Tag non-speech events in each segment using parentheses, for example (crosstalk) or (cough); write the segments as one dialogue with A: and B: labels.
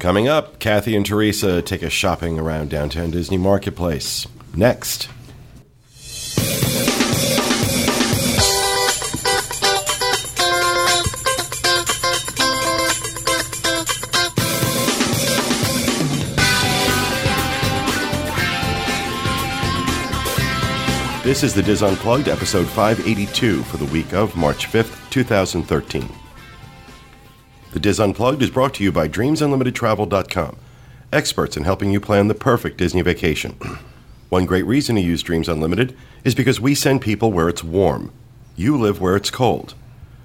A: Coming up, Kathy and Teresa take us shopping around downtown Disney Marketplace. Next. This is the Diz Unplugged, episode 582 for the week of March 5th, 2013. The Diz Unplugged is brought to you by DreamsUnlimitedTravel.com, experts in helping you plan the perfect Disney vacation. (clears throat) One great reason to use Dreams Unlimited is because we send people where it's warm. You live where it's cold.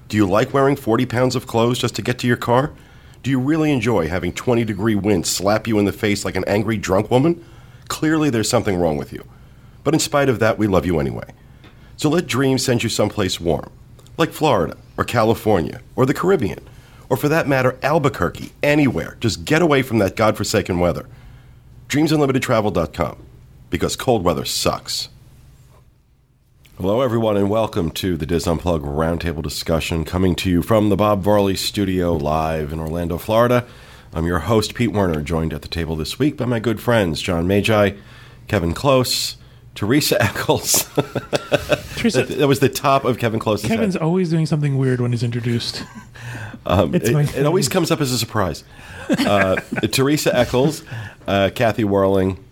A: Do you like wearing 40 pounds of clothes just to get to your car? Do you really enjoy having 20 degree winds slap you in the face like an angry drunk woman? Clearly, there's something wrong with you. But in spite of that, we love you anyway. So let Dreams send you someplace warm, like Florida or California or the Caribbean, or for that matter, Albuquerque, anywhere. Just get away from that godforsaken weather. DreamsUnlimitedTravel.com, because cold weather sucks. Hello, everyone, and welcome to the Diz Unplug Roundtable discussion coming to you from the Bob Varley Studio live in Orlando, Florida. I'm your host, Pete Werner, joined at the table this week by my good friends John Magi, Kevin Close, Teresa (laughs) Eccles.
B: Teresa-
A: that, that was the top of Kevin Close's head.
B: Kevin's always doing something weird when he's introduced.
A: Um,
B: It's
A: it,
B: my
A: it
B: thing.
A: always comes up as a surprise. Uh, (laughs) Teresa Eccles, uh, Kathy Whirling,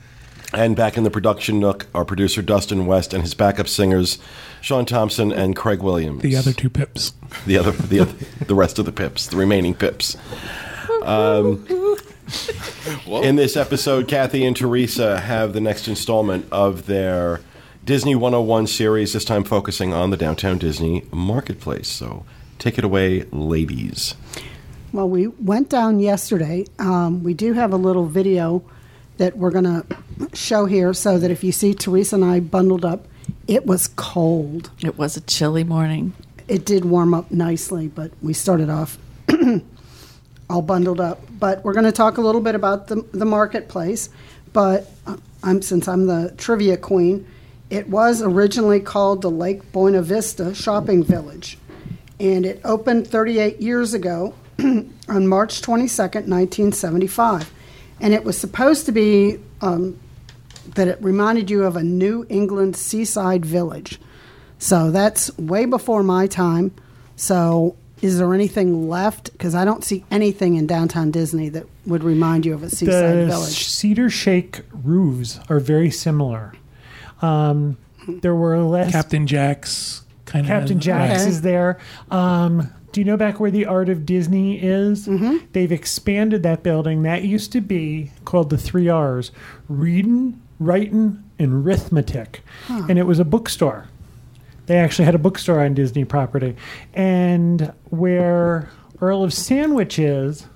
A: and back in the production nook, our producer Dustin West and his backup singers, Sean Thompson and Craig Williams.
B: The other two pips.
A: the other, the other, the rest of the pips, the remaining pips. Um, in this episode, Kathy and Teresa have the next installment of their Disney 101 series. This time, focusing on the downtown Disney marketplace. So, take it away, ladies.
C: Well, we went down yesterday. Um, we do have a little video that we're going to show here so that if you see Teresa and I bundled up, it was cold.
D: It was a chilly morning.
C: It did warm up nicely, but we started off (clears throat) all bundled up. But we're going to talk a little bit about the, the marketplace. But uh, I'm since I'm the trivia queen, it was originally called the Lake Buena Vista Shopping Village, and it opened 38 years ago (clears throat) on March 22nd, 1975, and it was supposed to be um, that it reminded you of a New England seaside village. So that's way before my time. So is there anything left? Because I don't see anything in downtown Disney that would remind you of a seaside
E: the
C: village.
E: cedar shake roofs are very similar. Um, there were less
B: Captain Jack's kind
E: Captain
B: of
E: Jack's
C: Okay.
E: is there. Um, do you know back where the Art of Disney is? Mm-hmm. They've expanded that building. That used to be called the three R's: reading, writing, and arithmetic. And it was a bookstore. They actually had a bookstore on Disney property, and where Earl of Sandwich is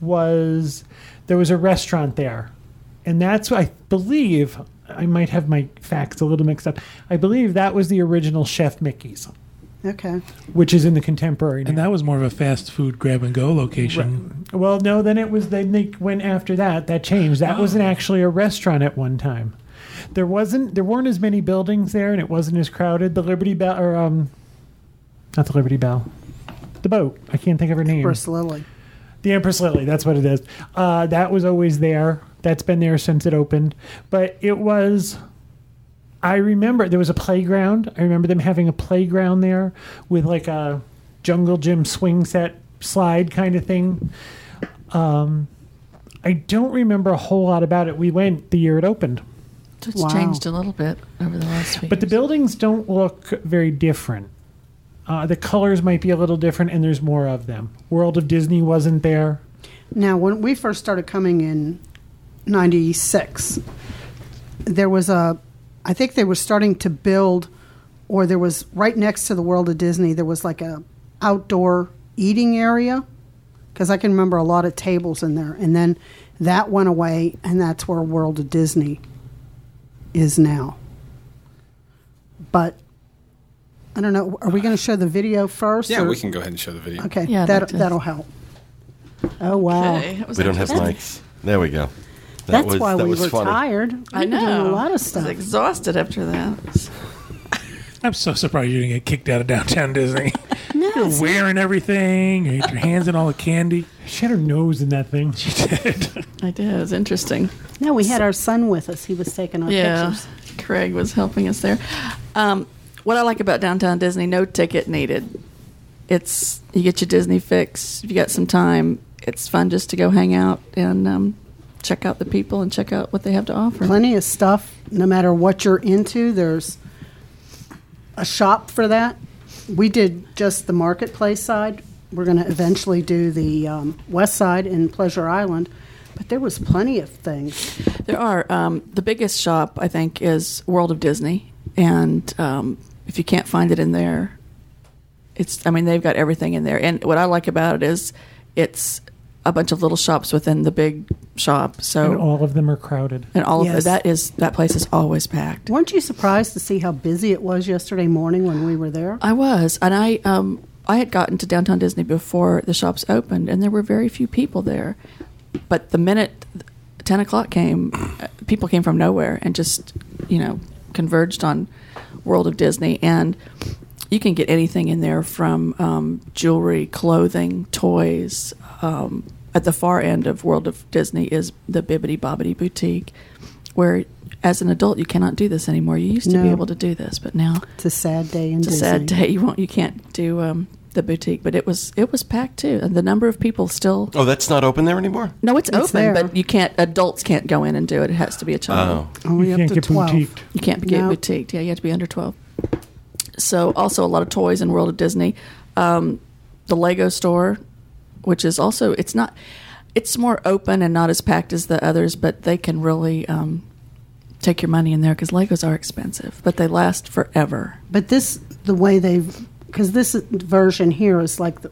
E: was there was a restaurant there, and that's I believe I might have my facts a little mixed up. I believe that was the original Chef Mickey's,
C: Okay.
E: which is in the contemporary.
B: And
E: now.
B: that was more of a fast food grab and go location.
E: well, no, then it was then they went after that. That changed. That wasn't actually a restaurant at one time. There wasn't there weren't as many buildings there, and it wasn't as crowded. The Liberty Bell or um, not the Liberty Bell. The boat. I can't think of her name.
C: Bruce Lily.
E: The Empress Lily, that's what it is. Uh, that was always there. That's been there since it opened. But it was. I remember there was a playground. I remember them having a playground there with like a jungle gym swing set slide kind of thing. Um, I don't remember a whole lot about it. We went the year it opened.
D: So it's
C: Wow.
D: changed a little bit over the last week.
E: But the buildings don't look very different. Uh, the colors might be a little different, and there's more of them. World of Disney wasn't there.
C: Now, when we first started coming in 96, there was a, I think they were starting to build, or there was right next to the World of Disney, there was like a outdoor eating area. Because I can remember a lot of tables in there. And then that went away, and that's where World of Disney is now. But I don't know. Are we going to show the video first?
F: Yeah,
C: or-
F: we can go ahead and show the video.
C: Okay,
D: Yeah,
C: that,
D: that-
C: that'll help. Oh, wow.
D: Okay, that was
A: We don't have
D: actually-
A: mics. There we go. That
C: That's
A: was,
C: why
A: that
C: we
A: was
C: were
A: funny.
C: tired. We
D: I
C: were
D: know.
C: doing a lot of
D: I was
C: stuff.
D: exhausted after that.
B: I'm so surprised you didn't get kicked out of downtown (laughs) Disney.
C: No,
B: You're wearing everything. You ate your hands in all the candy.
E: She had her nose in that thing.
D: I did. It was interesting.
C: no, we had our son with us. He was taking our
D: Yeah,
C: pictures.
D: Craig was helping us there. Um, what I like about Downtown Disney, no ticket needed. It's you get your Disney fix. If you got some time, it's fun just to go hang out and um, check out the people and check out what they have to offer.
C: Plenty of stuff. No matter what you're into, there's a shop for that. We did just the marketplace side. We're going to eventually do the um, west side in Pleasure Island, but there was plenty of things.
D: There are. Um, the biggest shop, I think, is World of Disney. And um, if you can't find it in there, it's, I mean, they've got everything in there. And what I like about it is it's a bunch of little shops within the big shop. So,
E: And all of them are crowded.
D: and all
C: Yes.
D: of that is, that place is always packed.
C: Weren't you surprised to see how busy it was yesterday morning when we were there?
D: I was. And I, um, I had gotten to downtown Disney before the shops opened, and there were very few people there. But the minute 10 o'clock came, uh, people came from nowhere and just, you know, converged on World of Disney. And you can get anything in there from um, jewelry, clothing, toys. Um, at the far end of World of Disney is the Bibbidi Bobbidi Boutique, where as an adult you cannot do this anymore. You used to be
C: No.
D: able to do this, but now
C: It's a sad day in
D: it's a
C: Disney.
D: sad day. You won't. You can't do um, the boutique, but it was it was packed too, and the number of people still.
A: Oh, that's not open there anymore?
D: No, it's,
C: It's
D: open,
C: there.
D: but you can't. Adults can't go in and do it. It has to be a child.
A: Oh.
C: Only
E: you
C: up
E: can't
C: to
E: get
C: 12.
E: boutiqued.
D: You can't be
C: No.
D: boutiqued. Yeah, you have to be under twelve. So also a lot of toys in World of Disney, um, the Lego store, which is also it's not, it's more open and not as packed as the others, but they can really um, take your money in there because Legos are expensive, but they last forever.
C: But this, the way they've, because this version here is like the,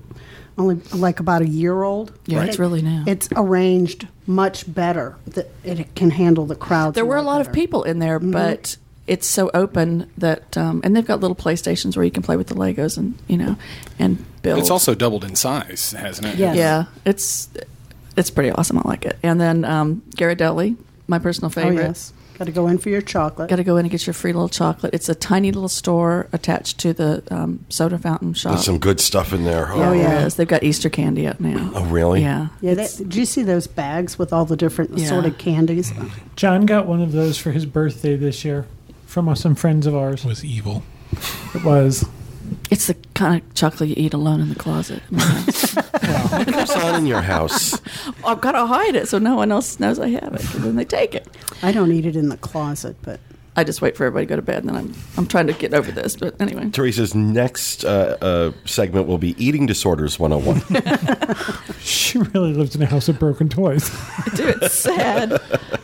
C: only like about a year old.
D: Yeah, it's really new.
C: It's arranged much better. That it can handle the crowds.
D: There were a lot of
C: better.
D: people in there, but it's so open that, um, and they've got little PlayStations where you can play with the Legos and you know, and build.
F: It's also doubled in size, hasn't it?
C: Yes.
D: yeah, it's it's pretty awesome. I like it. And then um, Ghirardelli, my personal
C: Oh
D: favorite.
C: yes, got to go in for your chocolate.
D: Got to go in and get your free little chocolate. It's a tiny little store attached to the um, soda fountain shop.
A: There's some good stuff in there.
D: yeah,
A: Oh,
C: Oh, yeah.
D: there is. They've got Easter candy out now.
A: Oh, really?
D: Yeah.
C: yeah, that, did you see those bags with all the different
D: Yeah.
C: assorted candies?
E: John got one of those for his birthday this year from some friends of ours.
B: It was evil.
E: It was.
D: It's the kind of chocolate you eat alone in the closet.
A: What's on in your
C: (laughs)
A: house?
D: (laughs) I've got to hide it so no one else knows I have it, 'cause then they take it.
C: I don't eat it in the closet, but
D: I just wait for everybody to go to bed, and then I'm I'm trying to get over this. But anyway,
A: Teresa's next uh, uh, segment will be Eating Disorders 101.
E: She really lives in a house of broken toys.
B: (laughs)
D: dude, it's sad.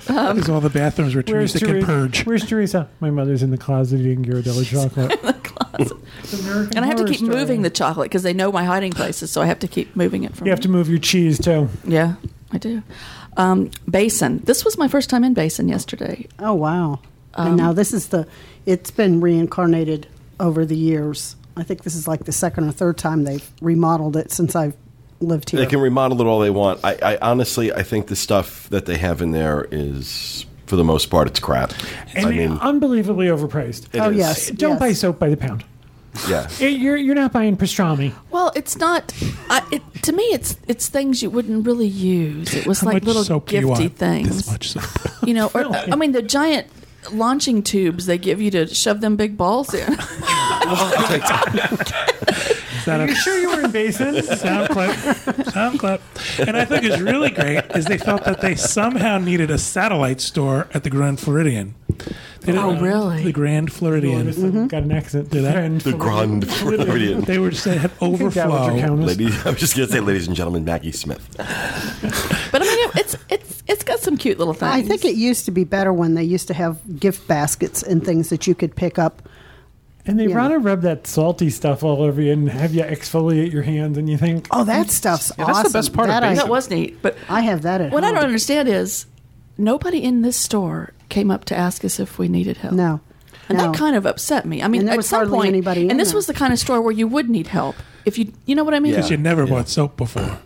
B: Because all the bathrooms were Teresa can
E: Teresa?
B: purge.
E: Um, Where's Teresa? My mother's in the closet eating Ghirardelli chocolate.
D: And I have to keep moving the chocolate because they know my hiding places, so I have to keep moving it from.
E: You have to move your cheese too.
D: Yeah, I do. Um, Basin. This was my first time in Basin yesterday.
C: oh wow!
D: Um,
C: and now this is the. It's been reincarnated over the years. I think this is like the second or third time they've remodeled it since I've lived here.
A: they can remodel it all they want. I, I honestly, I think the stuff that they have in there is, for the most part, it's crap.
E: And
A: I mean,
E: unbelievably overpriced.
A: it
C: oh
A: is.
C: yes,
E: Don't
C: yes.
E: buy soap by the pound.
A: yeah.
E: It- you're, you're not buying pastrami.
D: Well, it's not. I, it, to me, it's it's things you wouldn't really use. It was
B: How
D: like
B: much
D: little
B: soap do you
D: gifty
B: want?
D: things.
B: This much soap.
D: You know, or I mean, the giant launching tubes they give you to shove them big balls in. (laughs)
B: Is that
E: You
B: a
E: sure you were in Basin?
B: sound clip? Sound clip. And I think is really great is they felt that they somehow needed a satellite store at the Grand Floridian. They
D: Oh,
B: didn't-
D: really?
B: The Grand Floridian.
E: Got an accent.
B: Did I?
E: Friend
A: The
E: for-
A: Grand Floridian.
B: They were just they had
E: I think that was your
B: overflow.
E: countess.
A: Ladies, (laughs) I was just going to say, ladies and gentlemen, Maggie Smith.
D: But I mean, it, it's it's it's got some cute little things.
C: I think it used to be better when they used to have gift baskets and things that you could pick up.
E: And they
C: Yeah.
E: want to rub that salty stuff all over you and have you exfoliate your hands, and you think,
C: Oh, that stuff's
F: Yeah,
C: awesome.
F: that's the best part of
C: That I-
F: basic.
D: that was neat. But
C: I have that at
D: What I
C: home.
D: don't understand is nobody in this store came up to ask us if we needed help.
C: No,
D: And
C: no.
D: that kind of upset me. I mean,
C: And there
D: at
C: was
D: some
C: hardly
D: point,
C: anybody in
D: and this
C: there.
D: was the kind of store where you would need help if you, you know what I mean.
A: Yeah.
B: You never bought soap before.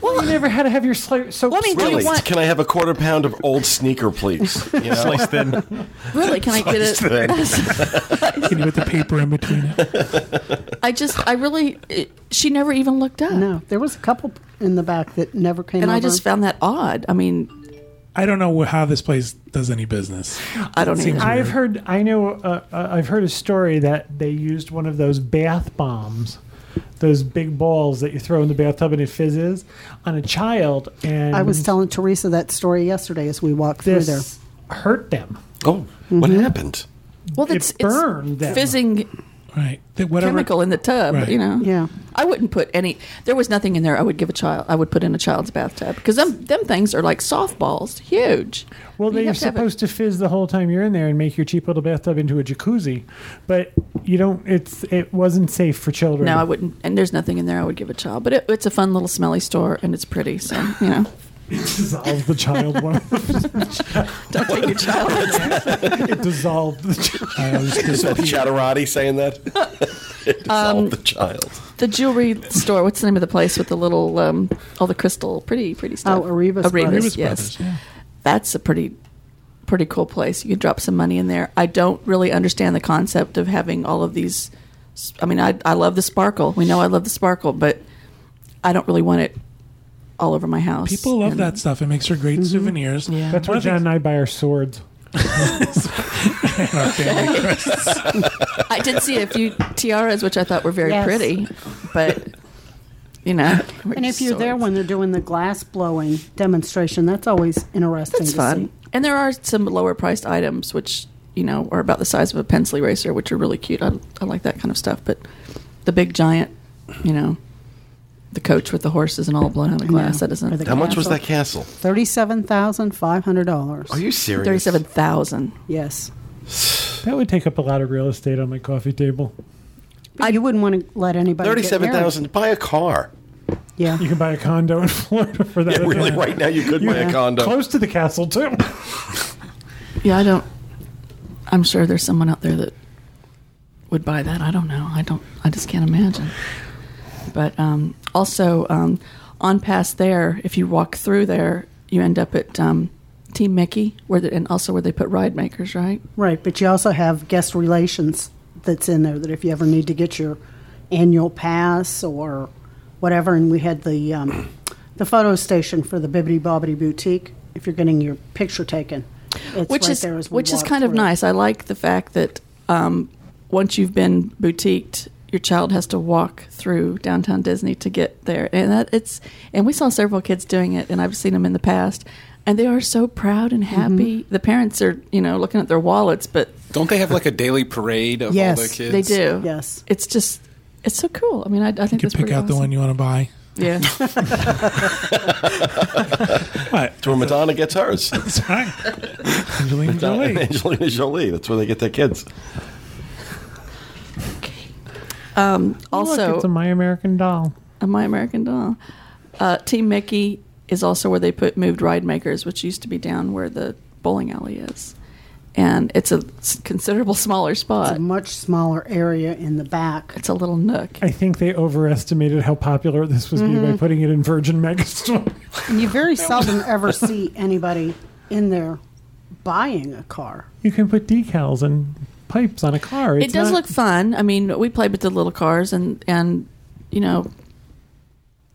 E: Well, you never had to have your sli- soap
D: Let me do
A: Really?
E: sliced.
D: you want-
A: Can I have a quarter pound of old sneaker, please? You know?
G: Slice thin.
D: Really, can I get (laughs) it?
E: (laughs)
B: Can you put the paper in between it?
D: I just, I really, it, she never even looked up.
C: No, there was a couple in the back that never came.
D: And I
C: over.
D: just found that odd. I mean,
B: I don't know wh- how this place does any business.
D: I don't
B: Seems
D: even.
B: weird.
E: I've heard. I know. Uh, uh, I've heard a story that they used one of those bath bombs, those big balls that you throw in the bathtub and it fizzes, on a child. And
C: I was telling Teresa that story yesterday as we walked through there.
E: this hurt them.
A: (laughs) oh, what happened?
D: Well,
E: it
D: it's,
E: burned
D: it's
E: them.
D: fizzing
B: Right. That whatever.
D: chemical in the tub,
B: Right.
D: you know.
C: Yeah.
D: I wouldn't put any. There was nothing in there. I would give a child. I would put in a child's bathtub because them them things are like softballs, huge.
E: Well,
D: You
E: they're
D: have to have a-
E: supposed to fizz the whole time you're in there and make your cheap little bathtub into a jacuzzi, but you don't. It's it wasn't safe for children.
D: No, I wouldn't. And there's nothing in there I would give a child. But it, it's a fun little smelly store and it's pretty. So,
C: (laughs)
D: you know,
E: dissolved the
A: (laughs)
E: child. One,
D: don't take your child.
E: (laughs) it dissolved the child.
B: I uh, was
A: Is
B: (laughs) just-
A: that Chatterati saying that? (laughs) it dissolved the child.
D: the jewelry store. What's the name of the place with the little, um, all the crystal, pretty, pretty stuff?
C: Oh, Arribas Brothers.
B: Arribas
D: yes.
B: Brothers, yeah.
D: That's a pretty, pretty cool place. You could drop some money in there. I don't really understand the concept of having all of these. I mean, I, I love the sparkle. We know I love the sparkle, but I don't really want it all over my house.
B: People love
D: And-
B: that stuff. It makes for great souvenirs.
D: Yeah.
E: Mm-hmm. That's
B: One
E: where
B: of the
E: John
B: things-
E: and I buy our swords.
D: (laughs) I did see a few tiaras, which I thought were very
C: Yes.
D: pretty, but you know.
C: (laughs) And if you're there when they're doing the glass blowing demonstration, that's always interesting.
D: it's
C: to
D: fun,
C: see.
D: and there are some lower priced items which you know are about the size of a pencil eraser, which are really cute. I, I like that kind of stuff, but the big giant, you know, the coach with the horses and all blown out of glass. That
C: Or
D: doesn't.
C: the
A: How much was that castle?
C: Thirty-seven thousand five hundred dollars.
A: Are you serious?
D: Thirty-seven thousand.
C: Yes,
E: That would take up a lot of real estate on my coffee table.
C: but you wouldn't want to let anybody. get near it.
A: Thirty-seven thousand. Buy a car.
C: Yeah,
E: You can buy a condo in Florida for that.
A: Yeah, really.
E: amount.
A: Right now, you could buy a
C: Yeah.
A: condo.
E: Close to the
A: (laughs)
E: castle too.
D: Yeah, I don't. I'm sure there's someone out there that would buy that. I don't know. I don't. I just can't imagine. But um, also um, on past there, if you walk through there, you end up at um, Team Mickey, where the, and also where they put ride makers, right?
C: right. But you also have guest relations that's in there. That if you ever need to get your annual pass or whatever, and we had the um, (clears throat) the photo station for the Bibbidi Bobbidi Boutique. If you're getting your picture taken, it's
D: which
C: right
D: is
C: there as we
D: which is
C: walk
D: kind of
C: through.
D: nice. I like the fact that um, once you've been boutiqued, your child has to walk through downtown Disney to get there, and that it's and we saw several kids doing it, and I've seen them in the past, and they are so proud
C: Mm-hmm.
D: and happy. The parents are you know looking at their wallets, but
F: Don't they have like a daily parade of
C: Yes,
F: all the kids?
D: they do.
C: Yes.
D: it's just it's so cool. I mean, I, I think
B: You
D: that's
B: can pick
D: pretty
B: out the
D: awesome.
B: one (laughs) you want to buy.
D: Yeah,
B: What?
A: That's where Madonna gets hers.
B: That's right. Angelina Jolie.
A: (laughs) Angelina Jolie. That's where they get their kids.
D: also
E: Look, it's a My American Doll.
D: of My American Doll. Uh, Team Mickey is also where they put moved ride makers, which used to be down where the bowling alley is, and it's a s- considerable (laughs) smaller
C: It's
D: spot.
C: a much smaller area in the back.
D: It's a little nook.
E: I think they overestimated how popular this was
D: Mm-hmm.
E: be by putting it in Virgin Megastore. (laughs)
C: And you very seldom ever see anybody in there buying a car.
E: you can put decals and pipes on a car.
D: It
E: It's
D: does
E: not-
D: look fun. I mean, we played with the little cars, and and you know,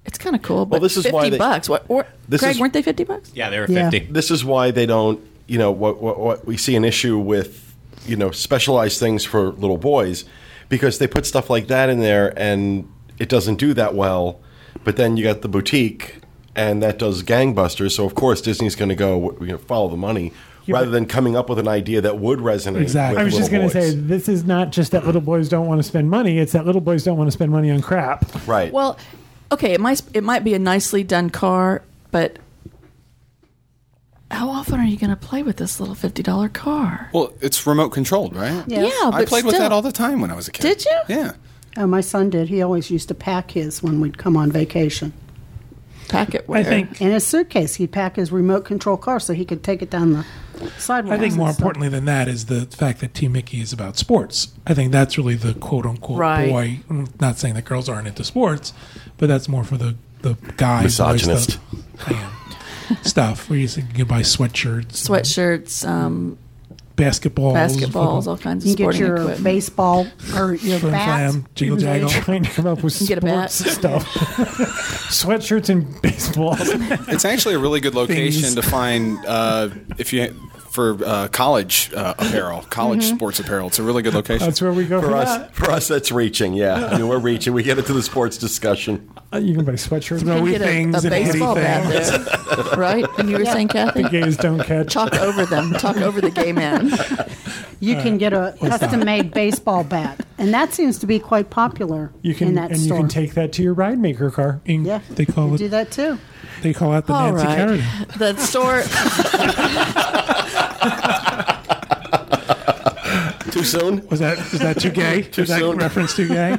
D: it's kind of cool. But
A: Well, this is
D: fifty
A: why they-
D: bucks. What? Or,
A: This
D: Craig,
A: is-
D: weren't they fifty bucks?
G: Yeah, they were
C: Yeah.
G: 50.
A: This is why they don't. You know what? What, what we see an issue with. You know, specialized things for little boys, because they put stuff like that in there, and it doesn't do that well. But then you got the boutique, and that does gangbusters. So of course Disney's going to go you know, follow the money rather than coming up with an idea that would resonate.
B: Exactly.
A: With
E: I was just
A: going to
E: say this is not just that little boys don't want to spend money. It's that little boys don't want to spend money on crap.
A: right.
D: Well, okay, it might it might be a nicely done car, but how often are you going to play with this little fifty dollar car?
F: Well, it's remote controlled, right?
D: Yeah, but
F: I played
D: still,
F: with that all the time when I was a kid.
D: Did you?
F: Yeah.
C: Oh, my son did. He always used to pack his when we'd come on vacation.
D: packet.
B: I think.
C: In his suitcase, he'd pack his remote control car so he could take it down the sidewalk.
B: I think more importantly than that is the fact that Team Mickey is about sports. I think that's really the quote unquote
D: Right.
B: boy. I'm not saying that girls aren't into sports, but that's more for the the guy voice
A: Misogynist.
B: stuff. I am. stuff where you think you can buy sweatshirts,
D: Sweatshirts, um,
B: basketballs,
D: basketballs,
B: football-
D: all kinds of
C: You can get
D: sporting
C: your
D: equipment.
C: baseball
E: (laughs)
C: or your
B: flim
C: bat.
B: flam, jiggle jaggle.
E: Trying to come up with
D: Get a bat.
E: sports stuff, (laughs) sweatshirts and
D: (laughs)
E: baseballs.
F: It's actually a really good location
B: Things.
F: to find uh, if you for uh, college uh, apparel, college
D: Mm-hmm.
F: sports apparel. It's a really good location.
E: That's where we go.
A: For
E: For
A: us, for us, that's reaching. Yeah, I mean, we're reaching. We get into the sports discussion.
E: that. Uh, You can buy sweatshirts.
B: No.
D: You
B: Snowy
D: get a,
B: things
D: a
B: and heady
D: baseball bat
E: (laughs)
D: there, (laughs) right? And you were saying, Kathy,
E: Gays don't catch.
D: talk over them, talk over the gay man.
C: You can get
E: Uh,
C: a custom-made baseball bat, and that seems to be quite popular
E: You can
C: in that
E: and
C: store.
E: you can take that to your ride maker car.
B: In-
C: yeah,
B: They
C: you
B: call
C: do
B: it.
C: that too.
B: They call out the
D: All
B: Nancy
D: right.
B: Kerrigan.
D: The store, (laughs)
A: Too soon.
B: Was that was that
A: (laughs)
B: too gay? was that
A: soon.
B: reference too
C: (laughs)
B: gay?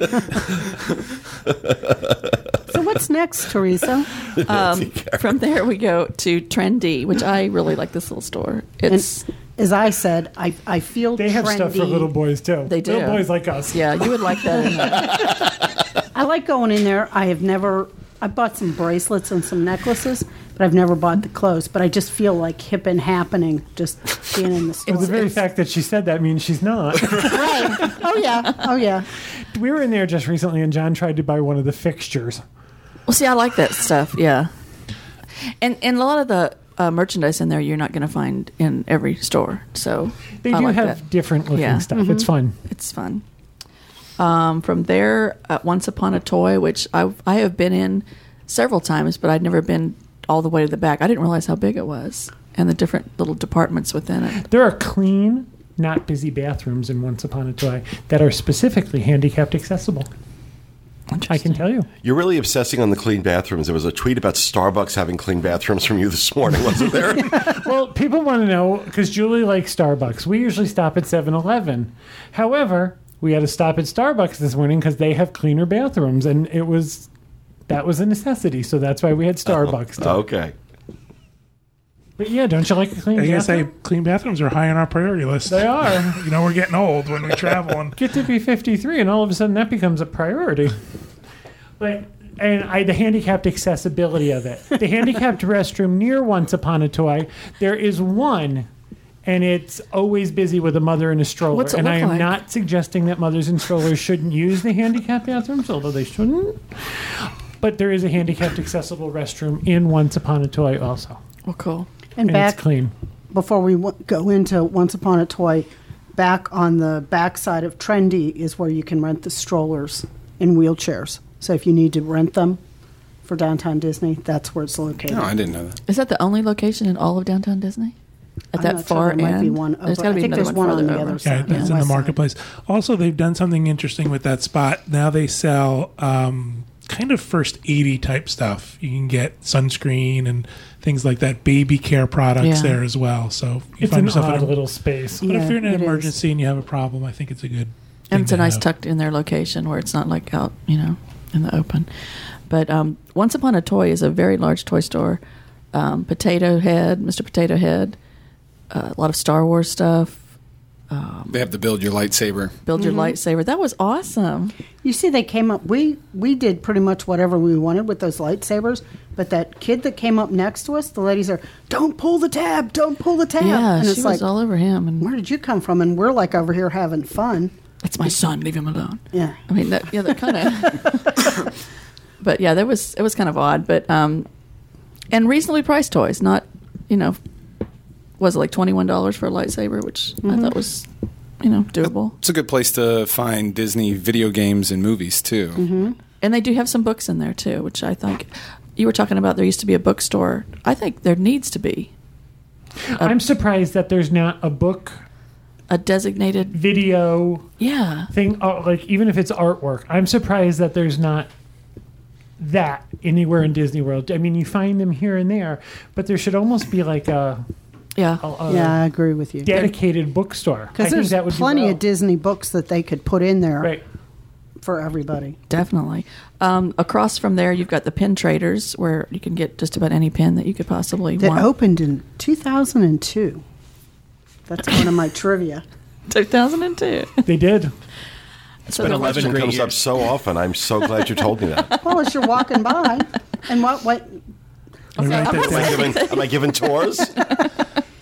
C: So what's next,
E: (laughs)
C: Teresa?
A: Um,
D: from there we go to Trendy, which I really like this little store. It's
C: And as I said, I, I feel
E: They have
C: trendy.
E: stuff for little boys too.
D: They do.
E: Little boys like us.
D: yeah, you would like that. In there.
C: I like going in there. I have never. I bought some bracelets and some necklaces, but I've never bought the clothes. But I just feel like hip and happening just being in the store.
E: The very fact that she said that means
B: (laughs)
E: she's not.
C: right. (laughs) Oh yeah. Oh yeah.
E: we were in there just recently, and John tried to buy one of the fixtures.
D: Well, see, I like that stuff. Yeah, and and a lot of the uh, merchandise in there you're not going to find in every store. So
E: They
D: I
E: do
D: like
E: have
D: that.
E: different looking
D: Yeah. Mm-hmm.
E: stuff. It's fun.
D: It's fun. Um, from there, uh, Once Upon a Toy, which I I have been in several times, but I'd never been all the way to the back. I didn't realize how big it was and the different little departments within it.
E: There are clean, not busy bathrooms in Once Upon a Toy that are specifically handicapped accessible. I can tell you.
A: You're really obsessing on the clean bathrooms. There was a tweet about Starbucks having clean bathrooms from you this morning, wasn't there?
D: (laughs)
E: Well, people want to know because Julie likes Starbucks. We usually stop at 7 Eleven. However, we had to stop at Starbucks this morning because they have cleaner bathrooms, and it was that was a necessity. So that's why we had
B: Uh-huh.
E: Starbucks. today.
A: okay.
E: But yeah, don't you like a clean
B: I gotta say,
E: bathroom?
B: clean bathrooms are high on our priority list.
E: They are.
B: You know, we're getting old when we travel, and
E: get to be 53 and all of a sudden that becomes a priority but and I, the handicapped accessibility of it the handicapped restroom near once upon a toy there is one and it's always busy with a mother in a stroller
D: What's it
E: and
D: look
E: i am
D: like?
E: not suggesting that mothers in strollers shouldn't use the handicapped bathrooms although they shouldn't but there is a handicapped accessible restroom in once upon a toy also
D: Well, cool.
C: And,
E: and
C: back
E: it's clean
C: before we w- go into Once Upon a Toy, back on the back side of Trendy is where you can rent the strollers and wheelchairs. So if you need to rent them for downtown Disney, that's where it's located.
F: no, I didn't know that.
D: Is that the only location in all of downtown Disney? At
C: I'm
D: that
C: not sure.
D: far
C: There might
D: end,
C: be one
D: there's
C: over-
D: got to
C: I
D: be
C: think
D: another
C: there's
D: one
C: one on
D: further
C: the
D: over.
C: other side.
B: yeah, that's in the
C: West side.
B: marketplace. Also, they've done something interesting with that spot. Now they sell um, kind of first eighty type stuff. You can get sunscreen and things like that, baby care products
D: Yeah.
B: there as well. So you
E: it's an
B: in
E: odd
B: a-
E: little space
B: But if
C: Yeah,
B: you're in an
C: it is.
B: emergency and you have a problem, I think it's a good. thing
D: And it's a
B: to
D: nice
B: have.
D: tucked in their location where it's not like out, you know, in the open. But um, Once Upon a Toy is a very large toy store. Um, Potato Head, Mr. Potato Head, uh, a lot of Star Wars stuff.
F: They have to build your lightsaber.
D: Build
C: Mm-hmm.
D: your lightsaber. That was awesome.
C: You see, they came up. We we did pretty much whatever we wanted with those lightsabers. But that kid that came up next to us, the ladies are, "Don't pull the tab! Don't pull the tab!"
D: Yeah,
C: and
D: she
C: it's
D: was
C: like,
D: all over him, and
C: "Where did you come from?" And we're like over here having fun.
D: it's my son. Leave him alone.
C: Yeah.
D: I mean, that, yeah, that kind of. (laughs) but yeah, that was it was kind of odd, but um, and reasonably priced toys, not you know, was it like twenty one dollars for a lightsaber, which I thought was you know doable.
F: It's a good place to find Disney video games and movies too.
D: Mm-hmm. And they do have some books in there too, which I think you were talking about. There used to be a bookstore. I think there needs to be
E: i'm surprised that there's not a book
D: a designated.
E: video
D: Yeah,
E: thing uh, like even if it's artwork i'm surprised that there's not that anywhere in disney world i mean you find them here and there but there should almost be like a,
D: yeah.
E: a, a
C: yeah, I agree with you.
E: dedicated bookstore I
C: Because
E: think
C: there's
E: that would do
C: plenty
E: well.
C: of Disney books that they could put in there
E: right
C: for everybody.
D: Definitely. Um, across from there, you've got the pin traders, where you can get just about any pin that you could possibly
C: That
D: want.
C: opened in 2002. That's one of my trivia.
D: 2002.
E: they did
D: so
A: That
D: they're (laughs)
A: question comes up so often. I'm so glad you told me that.
C: Well, as you're walking by, And what what
B: Let me
D: Okay,
B: write that
D: I'm
A: Am I
B: down.
A: giving, am I giving tours?
B: Let's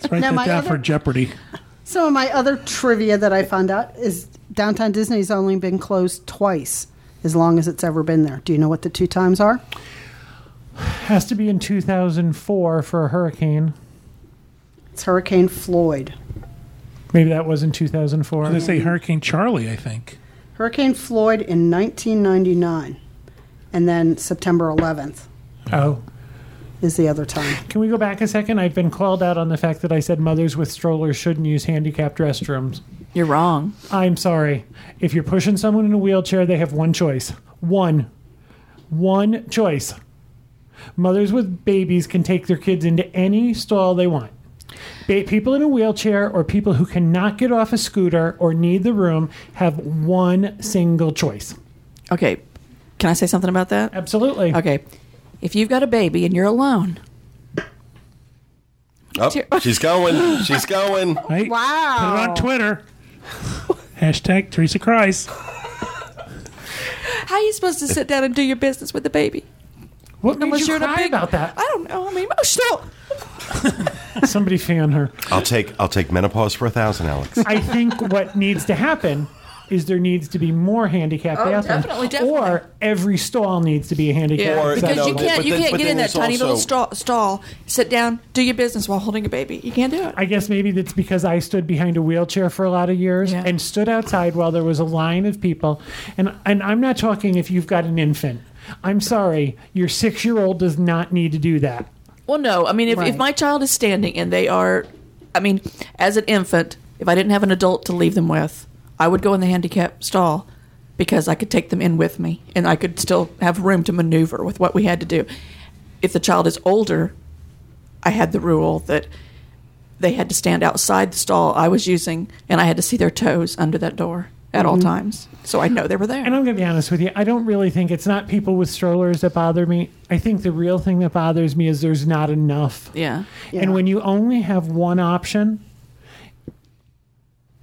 B: write
C: Now,
B: that
C: my
B: down
C: other-
B: for Jeopardy.
C: Some of my other trivia that I found out is Downtown Disney's only been closed twice as long as it's ever been there. Do you know what the two times are?
E: Has to be in 2004 for a hurricane.
C: It's Hurricane Floyd.
E: Maybe that was in 2004.
B: I'm going to say Hurricane Charlie, I think.
C: Hurricane Floyd in 1999. And then September 11th
E: oh.
C: is the other time.
E: Can we go back a second? I've been called out on the fact that I said mothers with strollers shouldn't use handicapped restrooms.
D: You're wrong.
E: I'm sorry. If you're pushing someone in a wheelchair, they have one choice. One. One choice. Mothers with babies can take their kids into any stall they want. Ba- people in a wheelchair or people who cannot get off a scooter or need the room have one single choice.
D: Okay, can I say something about that?
E: Absolutely.
D: Okay, if you've got a baby and you're alone,
A: Oh, she's going. She's going.
B: Right?
C: Wow.
B: Put it on Twitter. Hashtag Teresa Christ.
D: how are you supposed to sit down and do your business with a baby?
E: What made
D: Unless
E: you
D: you're in a
E: cry
D: big-
E: about that?
D: (laughs) I don't know. I'm emotional.
E: Somebody fan her.
A: I'll take. I'll take menopause for a thousand, Alex.
E: I think what needs to happen is there needs to be more handicapped
D: Oh,
E: bathrooms,
D: definitely, definitely.
E: or every stall needs to be a handicap.
A: Or-
D: because
A: no,
D: you
A: but-
D: can't
A: but
D: you
A: then-
D: can't
A: but
D: get
A: then
D: in that
A: there's
D: tiny little
A: also-
D: stall, stall, sit down, do your business while holding a baby. You can't do it.
E: I guess maybe that's because I stood behind a wheelchair for a lot of years
D: Yeah.
E: and stood outside while there was a line of people. And and I'm not talking if you've got an infant. I'm sorry, your six year old does not need to do that.
D: Well, no. I mean, if, if
C: Right.
D: my child is standing and they are, I mean, as an infant, if I didn't have an adult to leave them with, I would go in the handicap stall because I could take them in with me and I could still have room to maneuver with what we had to do. If the child is older, I had the rule that they had to stand outside the stall I was using and I had to see their toes under that door at all times. So I know they were there.
E: And I'm going to be honest with you. I don't really think it's not people with strollers that bother me. I think the real thing that bothers me is there's not enough.
D: yeah.
E: And
C: Yeah.
E: when you only have one option,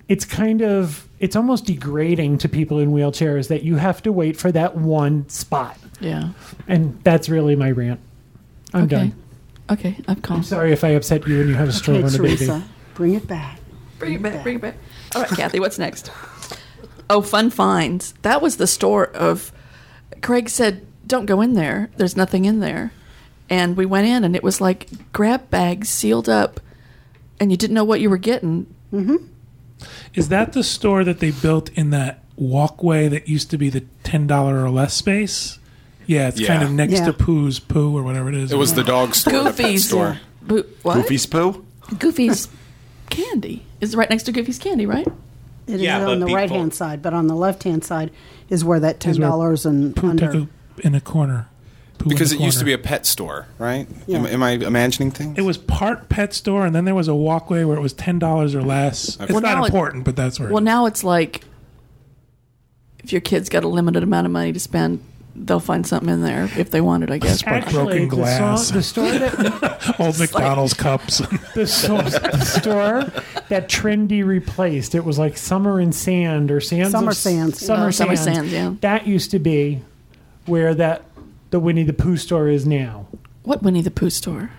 E: it's kind of it's almost degrading to people in wheelchairs that you have to wait for that one spot.
D: Yeah.
E: And that's really my rant. I'm
D: Okay.
E: done.
D: Okay. I'm calm.
E: I'm sorry if I upset you and you have a stroller
C: Hey,
E: and a baby.
C: Teresa, bring it back.
D: Bring it back. Bring it back. All right, Kathy, what's next? Oh, Fun Finds. That was the store of. Craig said, "Don't go in there. There's nothing in there." And we went in, and it was like grab bags sealed up, and you didn't know what you were getting.
B: Is that the store that they built in that walkway that used to be the ten dollar or less space? Yeah, it's kind
F: Yeah.
B: of next
C: Yeah.
B: to Pooh's Poo or whatever it is.
F: It was the dog store. the pet
D: Goofy's
F: store.
D: Bo- what?
A: Goofy's poo.
D: Goofy's candy is right next to Goofy's candy, right?
C: It is
F: Yeah, but
C: on the
F: people-
C: right hand side, but on the left hand side is where that ten
B: where
C: dollars and
B: Pooh
C: under.
B: took a, in a corner. Pooh in
F: Because
B: the
F: it used to be
B: corner.
F: a pet store, right?
C: Yeah.
F: Am, am I imagining things?
B: It was part pet store, and then there was a walkway where it was ten dollars or less. It's
D: Well, now
B: not
D: it-
B: important, but that's where. it
D: Well,
B: is.
D: now it's like if your kid's got a limited amount of money to spend, they'll find something in there if they want it. I (laughs) guess.
B: like broken
E: the so-
B: glass.
E: The, store that
B: old McDonald's cups. (laughs)
E: the, so- the store that Trendy replaced. It was like Summer and Sand or Sands. of
C: Summer
E: S-
C: Sands.
E: Summer
D: Oh,
E: Sands.
D: Summer Sands, yeah.
E: That used to be where that the Winnie the Pooh store is now.
D: What Winnie the Pooh store?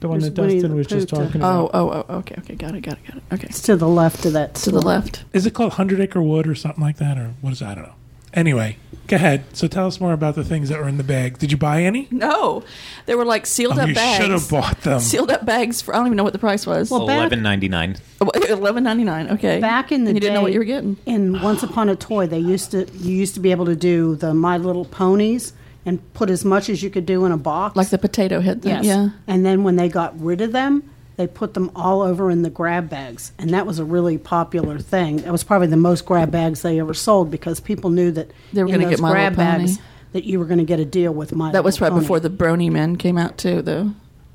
E: The one
C: There's
E: that
C: Winnie
E: Dustin
C: the
E: was just
C: Pooh to-
E: talking about.
D: Oh, oh, oh, okay, okay, got it, got it, got it. Okay,
C: It's to the left of that.
D: to the left.
B: is it called Hundred Acre Wood or something like that, or what is that? I don't know. Anyway, go ahead. So tell us more about the things that were in the bag. Did you buy any?
D: No, they were like sealed
B: Oh,
D: up
B: you
D: bags.
B: should have bought them.
D: sealed up bags for I don't even know what the price was. Oh,
C: Well, back-
G: Eleven ninety nine.
D: (laughs) Eleven ninety nine. Okay,
C: back in the
D: and you
C: day,
D: didn't know what you were getting.
C: And once upon a toy, they used to you used to be able to do the My Little Ponies and put as much as you could do in a box.
D: Like the potato head thing.
C: yes,
D: Yeah.
C: And then when they got rid of them, they put them all over in the grab bags, and that was a really popular thing. That was probably the most grab bags they ever sold because people knew that
D: They were
C: in
D: gonna get
C: those
D: My Little
C: grab bags
D: Pony.
C: that you were going to get a deal with My
D: That was
C: Little
D: right
C: Pony.
D: before the brony men came out too, though.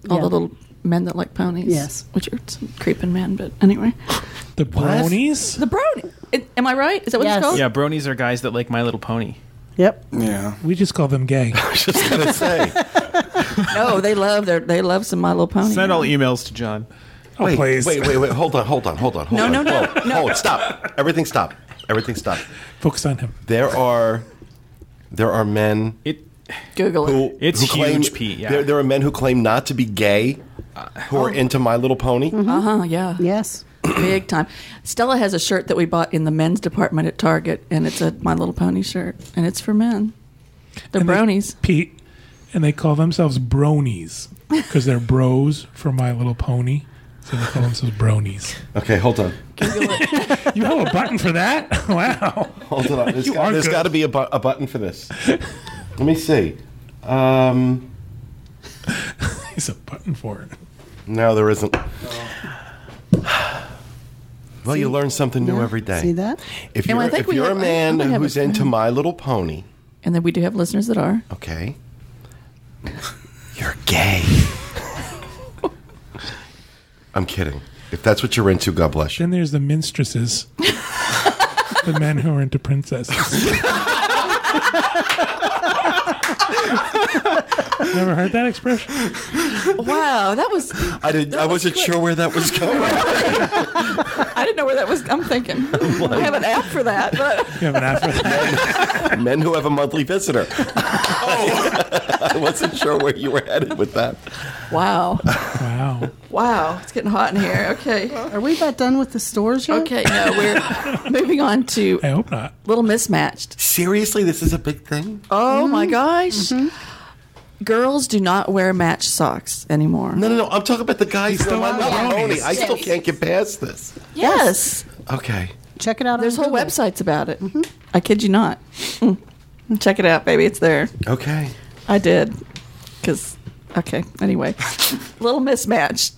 D: All
C: Yeah.
D: the little men that like ponies.
C: Yes.
D: Which are some creeping men, but anyway.
B: The bronies.
D: (laughs) The brony. it- am I right? Is that what
C: Yes.
D: it's called?
G: Yeah, bronies are guys that like My Little Pony.
C: Yep.
F: yeah.
B: We just call them
F: (laughs)
B: gay.
A: Just gonna say.
D: No, they love their they love some My Little Pony.
G: Send all emails to John.
B: Oh,
A: wait,
B: please.
A: wait, wait, wait. Hold on, hold on, hold on, hold
D: No,
A: on.
D: no, no,
A: hold, Hold, stop. Everything stop. Everything stop.
B: Focus on him.
A: There are there are men
G: It
B: e-
D: Google it.
A: who
G: It's
A: who claim-
G: huge, Pete, yeah. Uh, oh.
A: there, there are men who claim not to be gay, who are into My Little Pony.
D: Uh huh. Yeah.
C: Yes.
D: Big time. Stella has a shirt that we bought in the men's department at Target, and it's a My Little Pony shirt, and it's for men. They're
B: And they-
D: bronies.
B: Pete, and they call themselves bronies because they're bros for My Little Pony. So they call themselves bronies.
A: Okay, hold on,
B: You have a button for that? (laughs) Wow.
A: hold (laughs) on. There's
B: You are
A: got, there's
B: good.
A: got to be a, bu- a button for this. Let me see. Um,
B: There's a button for it.
A: no, there isn't.
D: (sighs)
A: Well, you learn something new
C: Yeah.
A: every day.
C: See that?
A: If
D: And
A: you're,
D: I think
A: if
D: we
A: you're
D: have-
A: a
D: I- I
A: man
D: might have
A: who's
D: a-
A: into My Little Pony,
D: And then we do have listeners that are.
A: okay, you're
D: (laughs)
A: gay. I'm kidding. If that's what you're into, God bless you.
B: Then there's the minstresses, the men who are into princesses. Never heard that expression?
D: Wow, that was.
A: I did. I wasn't sure where that
D: (laughs)
A: was going.
D: I didn't know where that was. I'm thinking. I have an app for that. But (laughs)
B: You have an app for that?
A: Men who have a monthly visitor. (laughs) Oh. I wasn't sure where you were headed with that.
D: wow,
B: Wow.
D: wow, it's getting hot in here. Okay,
C: Are we about done with the stores yet?
D: okay. No, we're moving on to
B: I hope not.
D: Little Mismatched.
A: Seriously, this is a big thing.
D: Oh my gosh. Mm-hmm. Girls do not wear match socks anymore.
A: No, no, no. I'm talking about the guys. in
B: still
A: My
B: on
A: Little
B: bronies.
A: Pony. I still can't get past this.
D: Yes.
A: Okay.
C: Check it out.
D: There's
C: on
D: whole
C: Google.
D: websites about it. I kid you not. Mm-hmm. Mm. Check it out, baby. It's there.
A: Okay.
D: I did. Because, okay, anyway. (laughs) Little mismatched.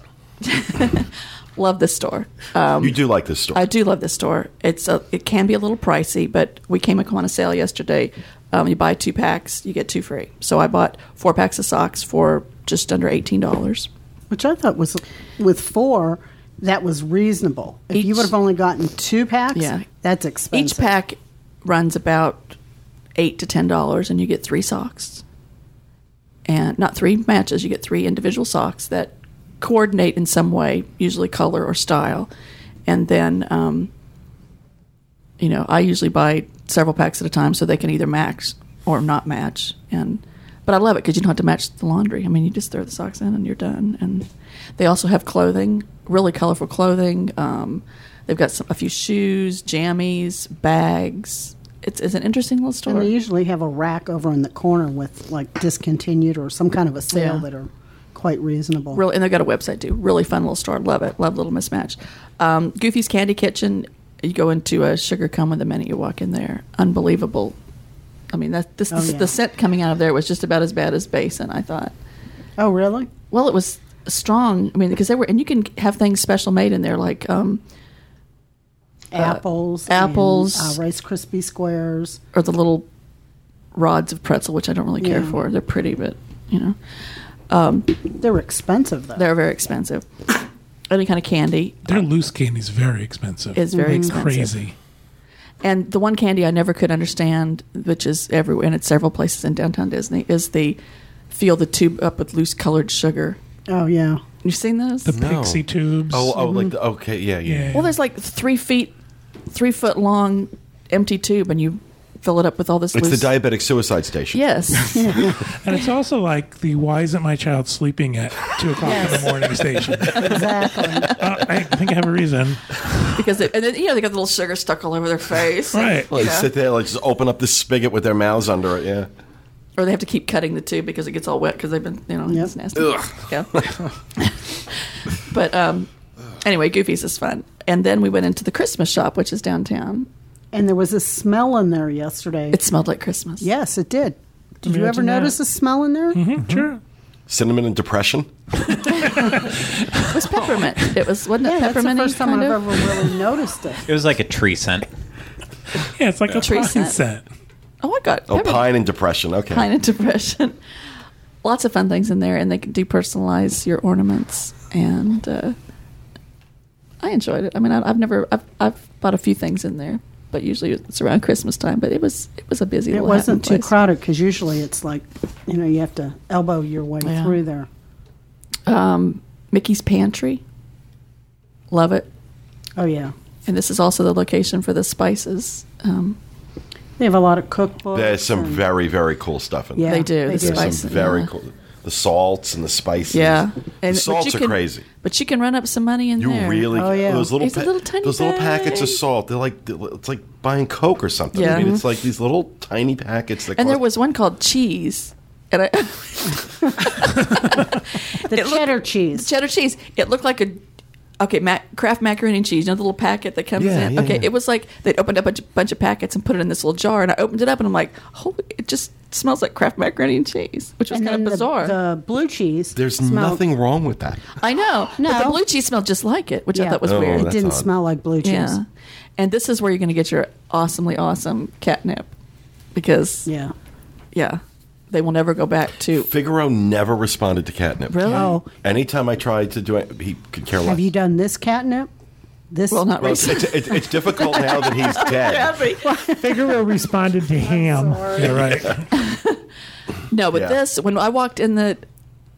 D: (laughs) love this store. Um,
A: you do like this story.
D: I do love this store. It's a, It can be a little pricey, but we came upon a sale yesterday. Um, you buy two packs, you get two free. So I bought four packs of socks for just under $18.
C: which I thought was with four. That was reasonable. If you
D: Each-
C: would have only gotten two packs,
D: Yeah.
C: that's expensive.
D: Each pack runs about eight to ten dollars, and you get three socks, and not three matches. You get three individual socks that coordinate in some way, usually color or style, and then um, you know I usually buy several packs at a time so they can either match or not match. And but I love it because you don't have to match the laundry. I mean, you just throw the socks in and you're done. And they also have clothing, really colorful clothing. Um, they've got some, a few shoes, jammies, bags. It's, it's an interesting little store.
C: And they usually have a rack over in the corner with like discontinued or some kind of a sale
D: Yeah.
C: that are quite reasonable.
D: Really, and they've got a website too. Really fun little store. Love it. Love Little Mismatch. Um, Goofy's Candy Kitchen. You go into a sugar coma the minute you walk in there. Unbelievable. I mean, that this, this
C: Oh, yeah.
D: the scent coming out of there was just about as bad as Basin. I thought.
C: Oh, really?
D: Well, it was strong. I mean, because they were, and you can have things special made in there, like um,
C: Apples, and,
D: apples.
C: uh, Rice Krispie squares.
D: or the little rods of pretzel, which I don't really care
C: Yeah.
D: for. They're pretty, but you know,
C: They're expensive though.
D: they're very expensive. Any kind of candy
B: Their loose candy is very expensive.
D: is very expensive.
B: crazy.
D: And the one candy I never could understand, which is everywhere, and it's several places in downtown Disney, is the fill the tube up with loose colored sugar.
C: oh yeah.
D: You've seen those?
B: The pixie tubes.
A: oh, oh, like the, okay, yeah, yeah.
B: Yeah.
D: well, there's like three feet, three foot long empty tube, and you fill it up with all this
A: It's
D: loose.
A: the diabetic suicide station. (laughs)
D: yes.
B: And it's also like the why isn't my child sleeping at two o'clock in the morning station?
C: Exactly.
B: Uh, I think I have a reason.
D: because they, and then you know they got the little sugar stuck all over their face,
B: Right.
A: Like
D: Yeah.
A: sit there, like just open up the spigot with their mouths under it. Yeah.
D: Or they have to keep cutting the tube because it gets all wet because they've been you know
C: Yep.
D: it's nasty. Yeah. but um, anyway, Goofy's is fun. And then we went into the Christmas shop, which is downtown.
C: and there was a smell in there yesterday.
D: It smelled like Christmas.
C: yes, it did. Did you ever
B: Imagine that.
C: notice a smell in there?
B: Sure.
A: Cinnamon and depression.
D: It
C: (laughs)
D: was peppermint. It was wasn't (laughs)
C: Yeah,
D: it
C: that's the
D: peppermint?
C: first time
D: kind
C: I've
D: of?
C: ever really noticed it.
H: It was like a tree scent.
B: Yeah, it's like a
D: Tree
B: pine
D: scent.
B: scent.
D: Oh, I got
A: Oh,
D: peppermint.
A: pine and depression. Okay.
D: Pine and depression. (laughs) Lots of fun things in there, and they can depersonalize your ornaments. And uh, I enjoyed it. I mean, I, I've never I've, I've bought a few things in there, but usually it's around Christmas time. But it was it was a busy.
C: It
D: little
C: wasn't too
D: happening place.
C: crowded because usually it's like, you know, you have to elbow your way
D: Yeah.
C: through there.
D: Mickey's Pantry. Love it.
C: Oh yeah.
D: And this is also the location for the spices. Um,
C: They have a lot of cookbooks.
A: There's some
C: and-
A: very very cool stuff in there.
C: Yeah,
D: They do,
C: They
D: the
C: do.
A: There's
D: spice.
A: some very
D: yeah.
A: cool. The salts and the spices.
D: Yeah,
A: the
D: but
A: salts
D: you
A: are
D: can-
A: crazy.
D: But you can run up some money in
A: You
D: there.
A: really
C: Oh, yeah.
A: those little
D: It's a
A: pa-
D: little tiny
A: those little packets of
D: bag.
A: salt. They're like it's like buying Coke or something.
D: Yeah.
A: I mean, it's like these little tiny packets that.
D: And there
A: cost-
D: was one called cheese, and I, (laughs)
C: The cheddar cheese.
D: cheddar cheese. It looked like a okay mac, Kraft macaroni and cheese. You know the little packet that comes
A: Yeah,
D: in.
A: yeah,
D: okay,
A: yeah.
D: it was like they would opened up a bunch- bunch of packets and put it in this little jar, and I opened it up and I'm like, holy! It just smells like Kraft macaroni and cheese, which was
C: and
D: kind of
C: then the-
D: bizarre.
C: The, blue cheese.
A: There's
C: smelled-
A: nothing wrong with that.
D: I know. But the
C: No.
D: blue cheese smelled just like it, which I
C: Yeah.
D: thought was
A: Oh,
D: weird.
C: It
A: that's
C: didn't
A: odd.
C: smell like blue cheese.
D: Yeah. And this is where you're going to get your awesomely awesome catnip because, yeah.
C: Yeah.
D: they will never go back to.
A: Figaro never responded to catnip.
D: Really?
C: Oh,
A: Anytime I tried to do it, he could care less.
C: have you done this catnip? This
D: Well, not
A: Well,
D: really.
A: it's, it's, it's, it's difficult now that
D: (laughs)
A: he's dead.
C: (laughs)
E: Figaro responded to ham.
B: Yeah, right.
D: No, but
A: Yeah.
D: this, when I walked in the,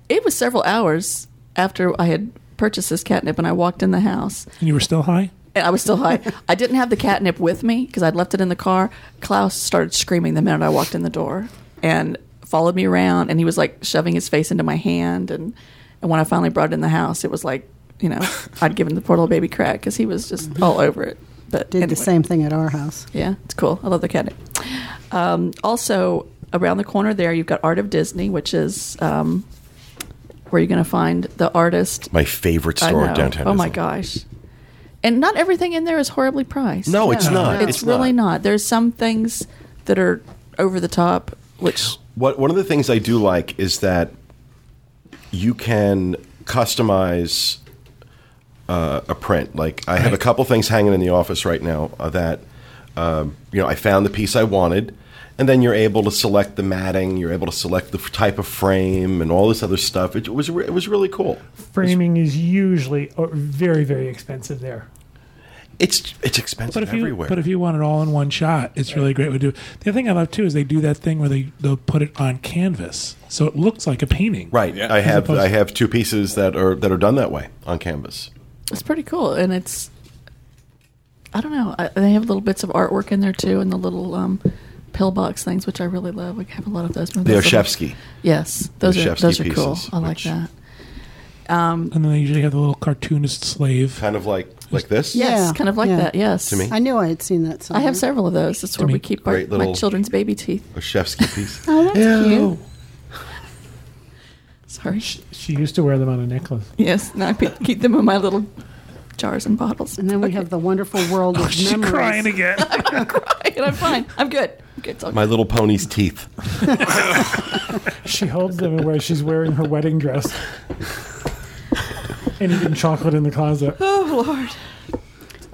D: it was several hours after I had purchased this catnip and I walked in the house
B: And you were still high?
D: and I was still high. I didn't have the catnip with me because I'd left it in the car. Klaus started screaming the minute I walked in the door and followed me around. And he was like shoving his face into my hand. And, and when I finally brought it in the house, it was like, you know, I'd given the poor little baby crack because he was just all over it. But
C: did
D: anyway.
C: the same thing at our house.
D: Yeah, it's cool. I love the catnip. Um, also, around the corner there, you've got Art of Disney, which is um, where you're going to find the artist.
A: My favorite store
D: I know.
A: in downtown.
D: Oh my
A: Disney.
D: gosh! And not everything in there is horribly priced.
A: No, it's not.
D: it's, really
A: not.
D: not. There's some things that are over the top, which
A: What one of the things I do like is that you can customize uh, a print. Like I have a couple things hanging in the office right now uh, that um, you know I found the piece I wanted, and then you're able to select the matting. You're able to select the f- type of frame and all this other stuff. It, was re- it was really cool.
E: Framing is usually uh, very, very expensive there.
A: It's it's expensive
B: But if you
A: everywhere.
B: but if you want it all in one shot, it's really great. We do the other thing I love too is they do that thing where they they'll put it on canvas, so it looks like a painting.
A: right,
F: Yeah.
A: I
F: As
A: have
B: opposed-
A: I have two pieces that are that are done that way on canvas.
D: is pretty cool. And it's I don't know. I, they have little bits of artwork in there too, and the little um, pillbox things, which I really love. We have a lot of those.
A: They are
D: Those little-
A: Shevsky.
D: Yes, those are
A: Shevsky
D: those are cool.
A: pieces,
D: I like
A: which-
D: that.
B: And then they usually have the little cartoonist slave.
A: kind of like like this.
D: Yes,
C: Yeah,
D: kind of like
C: yeah.
D: that. Yes,
A: To me.
C: I knew I had seen that
D: I
C: somewhere.
D: have several of those. That's where
B: me.
D: we keep our,
A: Great
D: my
A: little-
D: children's baby teeth.
A: A Shevsky piece.
C: Oh, that's cute.
D: Sorry.
E: She used to wear them on a necklace.
D: Yes, now I pe- keep them in my little jars (laughs) and bottles.
C: And then we have the wonderful world
A: Oh,
C: of
B: She's
C: memories.
B: crying again.
D: and I'm fine. I'm good. I'm good. It's all
A: My Little Pony's teeth.
E: She holds them where she's wearing her wedding dress and eating chocolate in the closet.
D: Oh Lord.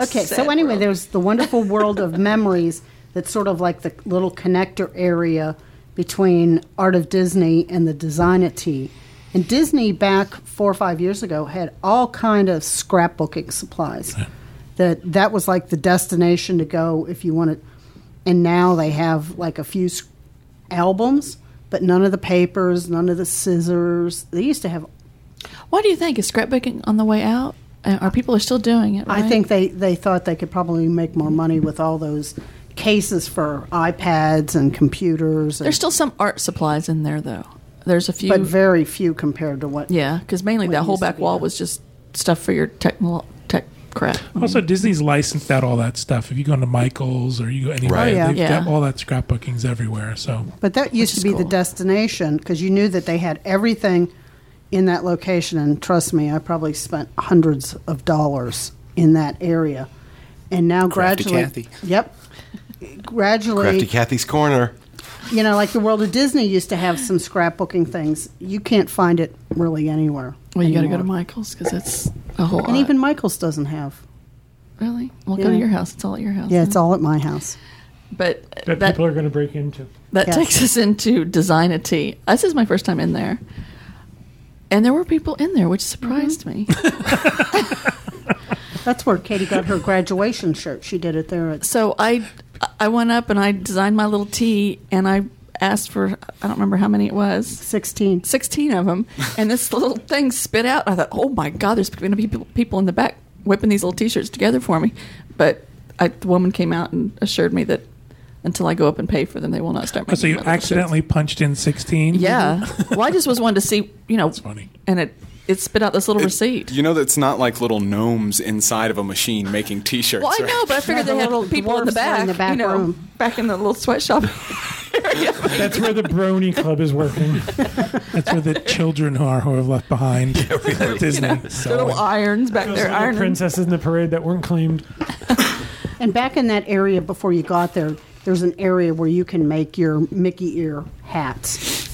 C: Okay,
D: Sad
C: so anyway,
D: world.
C: there's the
D: (laughs)
C: wonderful world of memories that's sort of like the little connector area between Art of Disney and the Designity. And Disney back four or five years ago had all kind of scrapbooking supplies. That that was like the destination to go if you wanted. And now they have like a few s- albums, but none of the papers, none of the scissors. They used to have
D: Why do you think is scrapbooking on the way out? Uh, Are people are still doing it?
C: I
D: right?
C: think they, they thought they could probably make more money with all those cases for iPads and computers, and,
D: there's still some art supplies in there though. There's a few.
C: but very few compared to what.
D: yeah, because mainly that whole
C: used to
D: back
C: be
D: wall
C: done.
D: was just stuff for your techno- tech crap.
B: Also, Disney's licensed out all that stuff. If you go into Michaels or you go anywhere,
A: Right.
C: Oh, yeah.
B: they've
D: Yeah.
B: got all that scrapbookings everywhere. So
C: But that used to
D: is
C: be the
D: cool.
C: destination because you knew that they had everything in that location. And trust me, I probably spent hundreds of dollars in that area. And now
F: Crafty
C: gradually,
F: Kathy.
C: yep, gradually,
A: Crafty Kathy's Corner.
C: you know, like the world of Disney used to have some scrapbooking things. You can't find it really anywhere.
D: Well, you got to go
C: anymore.
D: to Michael's because it's a whole.
C: And
D: lot.
C: even Michaels doesn't have.
D: really, we'll go to
C: Yeah.
D: your house. It's all at your house.
C: Yeah, it's all at my house.
D: But uh,
E: That,
D: that
E: people are going to break into.
D: That
C: Yeah.
D: takes us into Designity. This is my first time in there. And there were people in there, which surprised
C: Mm-hmm.
D: me.
C: That's where Katie got her graduation shirt. She did it there. At,
D: So I, I went up and I designed my little tee, and I asked for I don't remember how many it was,
C: 16.
D: sixteen of them. And this little thing spit out. I thought, oh my god, there's going to be people, people in the back whipping these little t-shirts together for me. But I, the woman came out and assured me that until I go up and pay for them. They will not start
B: Oh,
D: making.
B: so you
D: my little shirts.
B: accidentally punched in 16? (laughs)
D: Yeah. well, I just was wanting to see, you know,
B: funny.
D: and it it spit out this little receipt.
F: You know that's not like little gnomes inside of a machine making T-shirts.
D: well, I
F: right?
D: know, but I figured
C: the (laughs)
D: they had
C: little
D: people in
C: dwarfs
D: the
C: that are
D: back,
C: in the back
D: you know,
C: room.
D: back in the
B: (laughs)
D: little sweatshop area.
E: That's where the Brony Club is working.
B: That's where the children are who are left behind at Disney.
D: (laughs) little
B: so,
D: irons back
E: Those
D: there,
E: little
D: ironing.
E: princesses in the parade that weren't claimed.
C: And back in that area before you got there, there's an area where you can make your Mickey ear hats.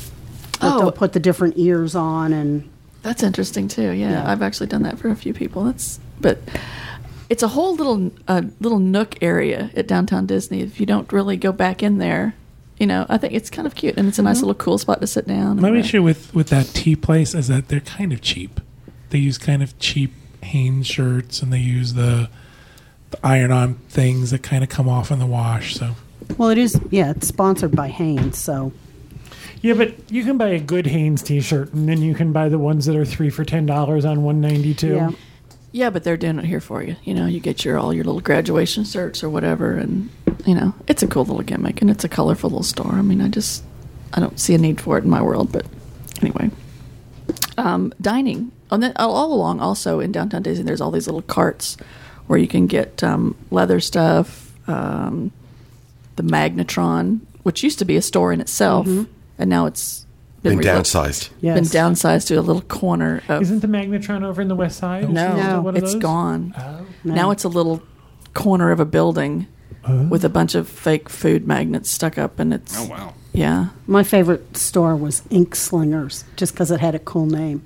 C: That
D: Oh.
C: They'll put the different ears on and
D: That's interesting too. Yeah, I've actually done that for a few people. That's but it's a whole little uh, little nook area at downtown Disney. If you don't really go back in there, you know, I think it's kind of cute and it's a nice little cool spot to sit down.
B: my
D: and, uh,
B: issue with, with that tea place is that they're kind of cheap. They use kind of cheap Hanes shirts and they use the, the iron on things that kind of come off in the wash. So
C: well, it is yeah, it's sponsored by Hanes, so
E: Yeah, but you can buy a good Hanes T-shirt, and then you can buy the ones that are three for ten dollars on one ninety two.
C: yeah.
D: Yeah, but they're doing it here for you. You know, you get your all your little graduation shirts or whatever, and you know, it's a cool little gimmick and it's a colorful little store. I mean, I just I don't see a need for it in my world, but anyway. Um, dining and then all- all along, also in downtown Disney, there's all these little carts where you can get um, leather stuff, um, the magnetron, which used to be a store in itself,
E: Mm-hmm.
D: and now it's
A: Been
D: rebuilt-
A: downsized.
C: Yes.
D: been downsized to a little corner of
E: Isn't the magnetron over in the West Side?
D: no,
E: Is it
C: No.
E: one of
D: it's
E: those?
D: gone. Now it's a little corner of a building
B: Oh.
D: with a bunch of fake food magnets stuck up, and it's
F: Oh wow.
D: yeah.
C: My favorite store was Ink Slingers just cuz it had a cool name.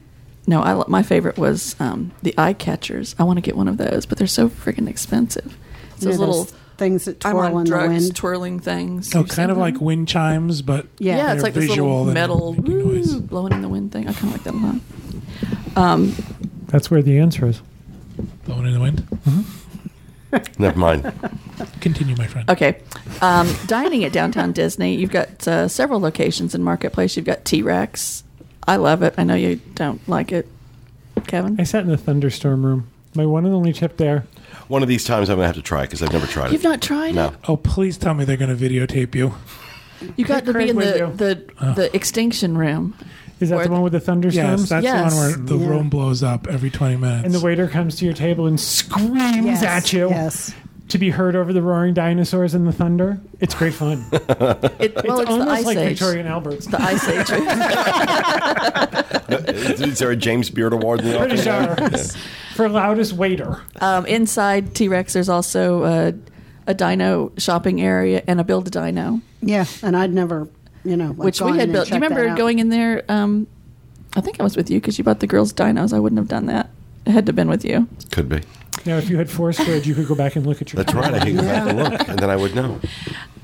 D: No, I, lo- my favorite was um, the eye catchers. I want to get one of those, but they're so freaking expensive. It's
C: You
D: those
C: know, those
D: little
C: things that
D: I'm
C: twirl
D: on
C: in the
D: drugs
C: wind.
D: twirling things.
B: oh,
D: You've seen
B: kind of
D: them?
B: like wind chimes, but
C: Yeah.
D: yeah, it's
B: they're
D: like this little
B: visual and
D: metal
B: make a noise.
D: "Woo," blowing in the wind thing. I kind of like that a lot.
E: That's where the answer is.
B: blowing in the wind.
A: Never mind.
B: Continue, my friend.
D: Okay. Um, (laughs) dining at Downtown Disney, you've got uh, several locations in Marketplace. You've got T Rex. I love it. I know you don't like it, Kevin.
E: I sat in the thunderstorm room. My one and only tip there.
A: One of these times I'm going to have to try because I've never tried
D: You've
A: it.
D: not tried
A: No.
D: it.
B: Oh, please tell me they're going to videotape you.
D: You got to be
E: Craig
D: in the
E: window.
D: the, the extinction room.
E: Is that
D: Where
E: the
D: the-
E: one with the thunderstorms?
B: Yes, that's
D: Yes.
B: the one where the room blows up every 20 minutes.
E: and the waiter comes to your table and screams
C: Yes,
E: at you
C: Yes.
E: to be heard over the roaring dinosaurs and the thunder. It's great
D: (laughs)
E: fun. it's
D: It, well, it's, the
E: almost
D: ice
E: like
D: age.
E: Victorian Albert's.
D: The
C: (laughs)
D: ice age.
A: (laughs) Is there a James Beard Award in the
E: Pretty
A: office?
E: sure. For loudest waiter.
D: um, inside T Rex, there's also a, a dino shopping area and a build a dino,
C: Yeah, and I'd never, you know, like
D: which
C: gone
D: we
C: in
D: had
C: and
D: built. Do you
C: checked that
D: remember
C: out.
D: going in there? Um, I think I was with you because you bought the girls' dinos. I wouldn't have done that. I had to have been with you.
A: Could be.
E: Now, if you had four squared, you could go back and look at your.
A: That's right. I could go back and look, and then I would know.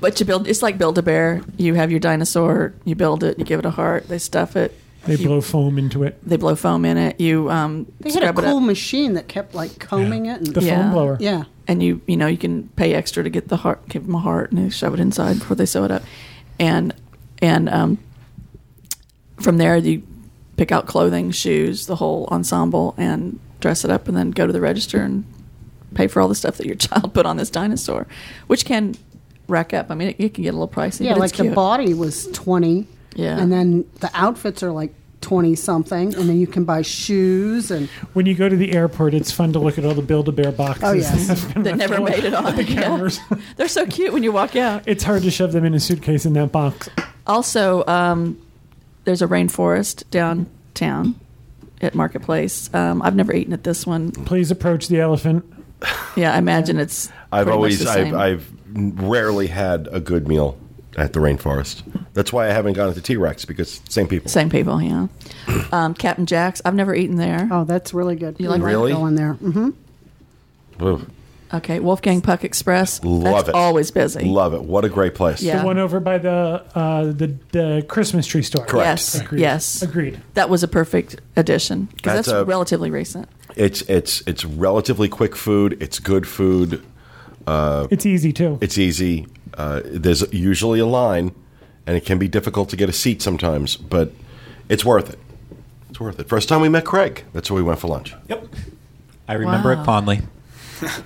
D: But you build it's like build a bear. You have your dinosaur, you build it, you give it a heart, they stuff it,
E: They blow foam into it.
D: they blow foam in it, you um
C: They had a
D: scrub it
C: cool
D: up,
C: machine that kept like combing it and
E: The
D: Yeah.
E: foam blower.
C: yeah.
D: and you you know you can pay extra to get the heart, give them a heart, and they shove it inside before they sew it up, and and um from there you pick out clothing, shoes, the whole ensemble, and dress it up, and then go to the register and pay for all the stuff that your (laughs) child put on this dinosaur, which can rack up. I mean, it, it can get a little pricey.
C: Yeah,
D: but
C: like
D: it's cute.
C: the body was twenty.
D: Yeah.
C: And then the outfits are like twenty something, and then you can buy shoes and
E: When you go to the airport, it's fun to look at all the Build a Bear boxes.
C: oh yes,
D: that never made it on. (laughs) Yeah.
E: cameras.
D: They're so cute when you walk out.
E: (laughs) It's hard to shove them in a suitcase in that box.
D: Also, um, there's a rainforest downtown at Marketplace. Um, I've never eaten at this one.
E: Please approach the elephant.
D: Yeah, I imagine it's.
A: I've
D: pretty much
A: always,
D: the
A: I've,
D: same.
A: I've rarely had a good meal at the rainforest. That's why I haven't gone to T Rex because same people.
D: same people. Yeah, um, Captain Jack's. I've never eaten there.
C: oh that's really good. You
D: like that?
A: Really?
C: going there? hmm
A: Ooh,
D: Okay, Wolfgang Puck Express.
A: love
D: That's
A: it.
D: Always busy.
A: Love it. What a great place.
D: Yeah.
E: The one over by the uh, the, the Christmas tree store.
A: Correct.
D: Yes,
E: Agreed.
D: yes.
E: Agreed.
D: That was a perfect addition because
A: That's
D: that's,
A: a-
D: relatively recent.
A: It's it's it's relatively quick food. It's good food.
E: It's easy too.
A: It's easy. Uh, there's usually a line, and it can be difficult to get a seat sometimes, but it's worth it. It's worth it. First time we met Craig, that's where we went for lunch.
H: Yep. I remember
D: Wow.
H: it fondly.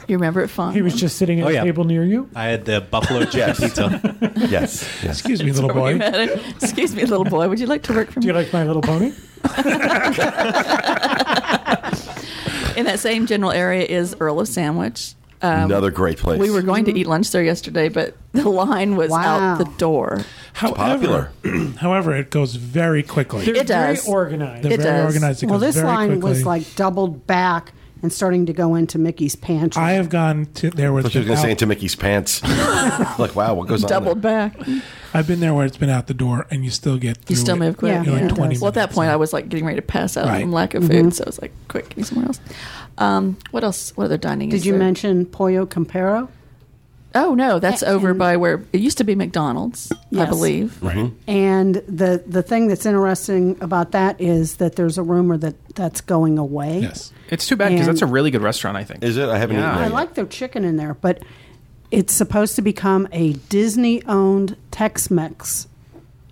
D: You remember it fine.
E: He was just sitting at
H: Oh, yeah.
E: a table near you.
H: I had the buffalo chicken
A: Yes.
H: pizza.
A: Yes. yes.
B: Excuse me, little boy.
D: (laughs) Excuse me, little boy. Would you like to work for
E: Do
D: me?
E: you like My Little Pony?
D: In that same general area is Earl of Sandwich. Um,
A: Another great place.
D: we were going to eat lunch there yesterday, but the line was
C: Wow.
D: out the door.
B: However, however, it goes very quickly.
E: They're
D: It does.
E: very organized.
B: They're
D: It
B: very
D: does.
B: organized. It
C: well,
B: goes
C: this
B: very
C: line
B: quickly.
C: was like doubled back and starting to go into Mickey's pantry.
B: I have gone to there where
A: I thought
B: it's
A: you were
B: been
A: going to say
B: out,
A: into Mickey's pants. (laughs) like, wow, what goes on?
D: Doubled
A: there?
D: back.
B: I've been there where it's been out the door, and you still get
D: You
B: through
D: still
B: it.
D: move quick.
C: Yeah,
B: You know, in
C: yeah.
B: 20
D: Well, at that
B: minutes.
D: point, I was like getting ready to pass out
B: Right.
D: from lack of food, so I was like, "Quick, get me somewhere else." Um, what else? What other dining?
C: Did
D: is
C: you
D: there?
C: mention Pollo Comparo?
D: Oh no, that's
C: And-
D: over by where it used to be McDonald's, I
C: Yes.
D: believe.
C: And the the thing that's interesting about that is that there's a rumor that that's going away.
B: yes.
G: It's too bad because that's a
C: And-
G: really good restaurant, I think.
A: Is it? I haven't
G: Yeah.
A: eaten
C: I
A: there
C: like their chicken in there, but it's supposed to become a Disney owned Tex Mex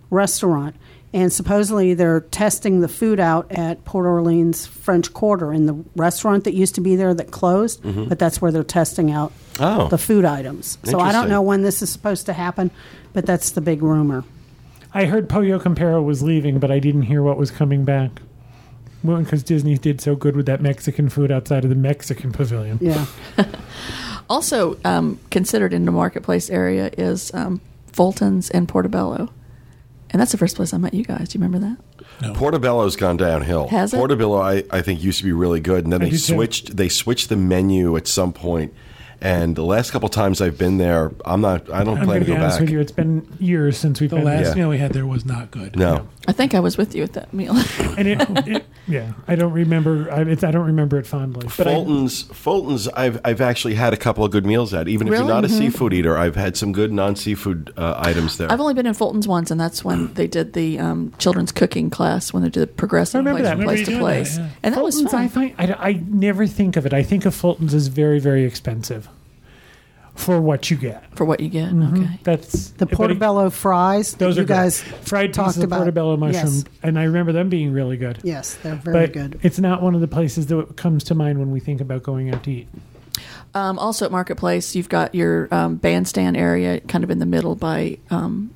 C: restaurant. And supposedly they're testing the food out at Port Orleans French Quarter in the restaurant that used to be there that closed, but that's where they're testing out
A: Mm-hmm. Oh.
C: the food items. So I
A: Interesting.
C: don't know when this is supposed to happen, but that's the big rumor.
E: I heard Pollo Comparo was leaving, but I didn't hear what was coming back. Well, because Disney did so good with that Mexican food outside of the Mexican pavilion.
C: Yeah.
D: Also um, considered in the marketplace area is um, Fulton's and Portobello, and that's the first place I met you guys. Do you remember that?
A: Portobello's gone downhill.
D: Has it?
A: Portobello, I, I think, used to be really good, and then they
E: do too.
A: switched. They switched the menu at some point, and the last couple times I've been there, I'm not. I don't plan
E: I'm
A: to
E: going to be
A: go
E: honest
A: back.
E: with you. It's been years since we've
B: The
E: been
B: last
A: Yeah.
B: meal we had there was not good.
A: No,
D: I think I was with you at that meal. (laughs)
E: and it, it- yeah, I don't remember. I, it's, I don't remember it fondly. But I,
A: Fulton's. Fulton's. I've I've actually had a couple of good meals at. Even if
D: Really?
A: you're not
E: Mm-hmm.
A: a seafood eater, I've had some good non seafood uh, items there.
D: I've only been in Fulton's once, and that's when they did the um, children's cooking class when they did the progressive
E: remember
D: place,
E: that.
D: from
E: Remember
D: place
E: you
D: to
E: doing
D: place,
E: that, yeah.
D: and that
E: Fulton's,
D: was fun.
E: I find I, I never think of it. I think of Fulton's as very very expensive for what you get.
D: for what you get.
E: Mm-hmm.
D: Okay.
E: That's
C: The
E: but it-
C: portobello fries that
E: Those
C: you
E: are great.
C: guys
E: fried
C: talked
E: pieces of
C: about.
E: portobello mushroom,
C: Yes.
E: and I remember them being really good.
C: Yes, they're very
E: but
C: good.
E: it's not one of the places that comes to mind when we think about going out to eat.
D: Um, also at Marketplace, you've got your um, bandstand area, kind of in the middle by um,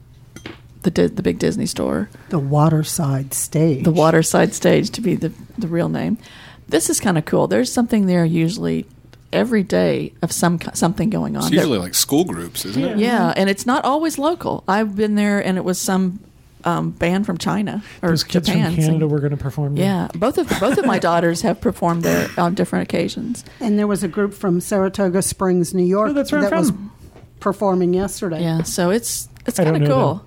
D: the Di- the big Disney store,
C: The waterside stage.
D: the Waterside Stage to be the the real name. This is kind of cool. There's something there usually every day of some ki- something going on.
F: It's
D: There-
F: usually like school groups, isn't it?
D: yeah, and it's not always local. I've been there, and it was some um, band from China or
E: Those kids
D: Japan.
E: from
D: sing-
E: Canada were going to perform. there.
D: yeah, both of both (laughs) of my daughters have performed there on different occasions.
C: And there was a group from Saratoga Springs, New York,
E: Oh, that's where I'm
C: that was
E: from.
C: performing yesterday.
D: Yeah, so it's it's
E: I don't
D: kind of
E: know
D: cool.
E: them.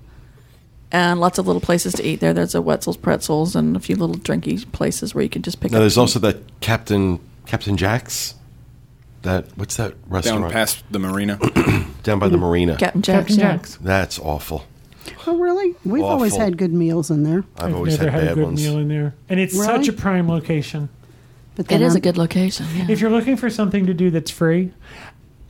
D: And lots of little places to eat there. There's a Wetzel's Pretzels and a few little drinky places where you can just pick
A: now
D: up.
A: there's also that Captain Captain Jack's. That what's that restaurant
F: Down past the marina.
A: down by the
E: Mm-hmm.
A: marina?
D: Captain Jack's.
E: Captain
D: yeah.
E: Jack's.
A: That's awful.
C: Oh, really? We've always
A: Awful.
C: had good meals in there.
A: I've,
E: I've
A: always
E: never
A: had
E: had,
A: bad
E: a good
A: ones.
E: meal in there, and it's
C: Really?
E: such a prime location.
C: But
D: It
C: then
D: is
C: I'm-
D: a good location. yeah.
E: If you're looking for something to do that's free,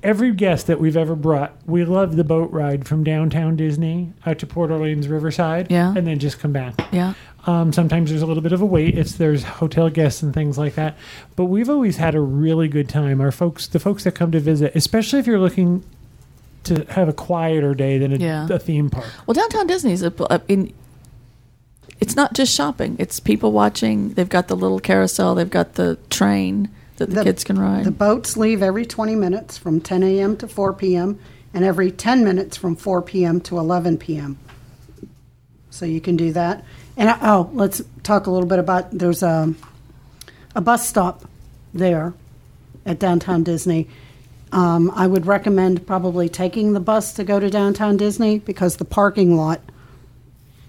E: every guest that we've ever brought, we love the boat ride from downtown Disney out to Port Orleans Riverside,
D: Yeah.
E: and then just come back.
D: yeah.
E: Um, sometimes there's a little bit of a wait if there's hotel guests and things like that. But we've always had a really good time. Our folks, the folks that come to visit, especially if you're looking to have a quieter day than a,
D: Yeah.
E: a theme park.
D: Well, downtown Disney's a, pl- I mean, it's not just shopping. It's people watching. They've got the little carousel. They've got the train that the,
C: The-
D: kids can ride.
C: The boats leave every 20 minutes from 10 a.m. to 4 p.m. and every 10 minutes from 4 p.m. to 11 p.m. So you can do that. And uh, oh, let's talk a little bit about there's a, a bus stop there at downtown Disney. Um, I would recommend probably taking the bus to go to downtown Disney because the parking lot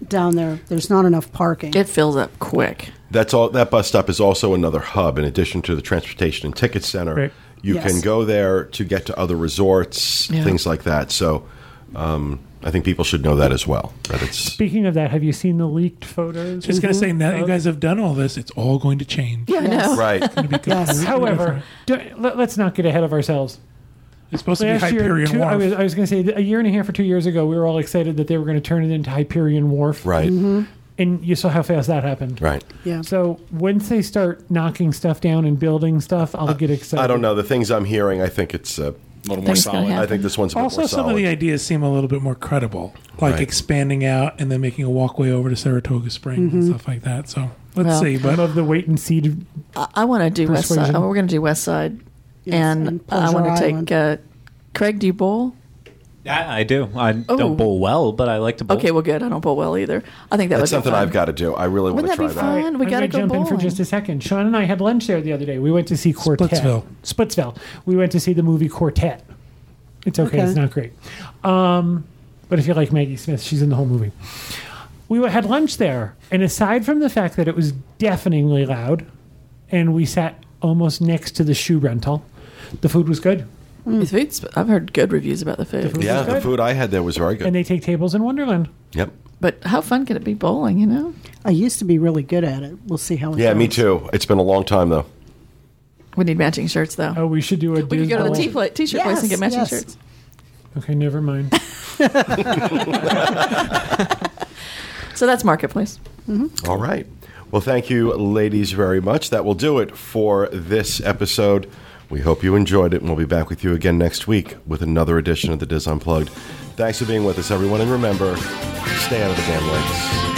C: down there, there's not enough parking.
D: it fills up quick.
A: That's all. That bus stop is also another hub in addition to the transportation and ticket center.
E: Right.
A: You
C: Yes.
A: can go there to get to other resorts,
D: Yeah.
A: things like that. So, um, I think people should know that as well. That it's
E: Speaking of that, have you seen the leaked photos?
B: Just gonna say now that you guys have done all this, it's all going to change.
D: Mm-hmm. Yeah, I know.
A: right.
C: yes.
E: However, do, let, us not get ahead of ourselves.
B: It's supposed to be
E: Last year,
B: Hyperion
E: two, I
B: Wharf.
E: was, I was going to say that a year and a half or two years ago, we were all excited that they were going to turn it into Hyperion Wharf.
A: Right.
E: and you saw how fast that happened.
A: Right.
C: Yeah.
E: So once they start knocking stuff down and building stuff, I'll get excited.
A: I don't know. The things I'm hearing, I think it's. Uh,
F: A little more
D: Things gonna
F: solid.
A: I think this one's a bit
B: Also,
A: more
B: some
A: solid.
B: of the ideas seem a little bit more credible, like
A: Right.
B: expanding out and then making a walkway over to Saratoga Springs and stuff like that. So let's
D: Mm-hmm. Well-
B: see.
E: I
B: But
E: love the wait and see. to-
D: I, I want to do West Side.
E: Persuasion.
D: We're going to do West Side,
C: Yes,
D: and,
C: and
D: I want to
C: Pleasure
D: take
C: Island.
D: uh, Craig. Do you bowl?
H: I, I do. I
D: Oh.
H: don't bowl well, but I like to bowl.
D: Okay, well, good. I don't bowl well either. I think that
A: That's
D: would
A: something
D: be fun.
A: I've got to do. I really want
D: Wouldn't
A: to try
D: that be
A: that.
D: fun? We
E: I'm
D: got to
E: gonna
D: go
E: jump
D: bowling.
E: in for just a second. Sean and I had lunch there the other day. We went to see Quartet.
B: Splitsville.
E: Splitsville. We went to see the movie Quartet. It's okay.
C: Okay.
E: It's not great. Um, but if you like Maggie Smith, she's in the whole movie. We had lunch there, and aside from the fact that it was deafeningly loud, and we sat almost next to the shoe rental, the food was good.
D: The Mm. food's- I've heard good reviews about the food,
A: Yeah, the
E: good.
A: food I had there was very good.
E: And they take tables in Wonderland.
A: yep.
D: but how fun could it be bowling? You know,
C: I used to be really good at it. We'll see how it
A: Yeah,
C: goes.
A: me too. It's been a long time though.
D: we need matching shirts though.
E: Oh, we should do a.
D: we could go to the
E: Disney-
D: tea pla- t-shirt place and
C: Yes,
D: get matching
C: yes.
D: shirts.
E: Okay, never mind.
D: So that's marketplace.
A: All right. Well, thank you, ladies, very much. That will do it for this episode. We hope you enjoyed it, and we'll be back with you again next week with another edition of the Diz Unplugged. Thanks for being with us, everyone, and remember, stay out of the damn lakes.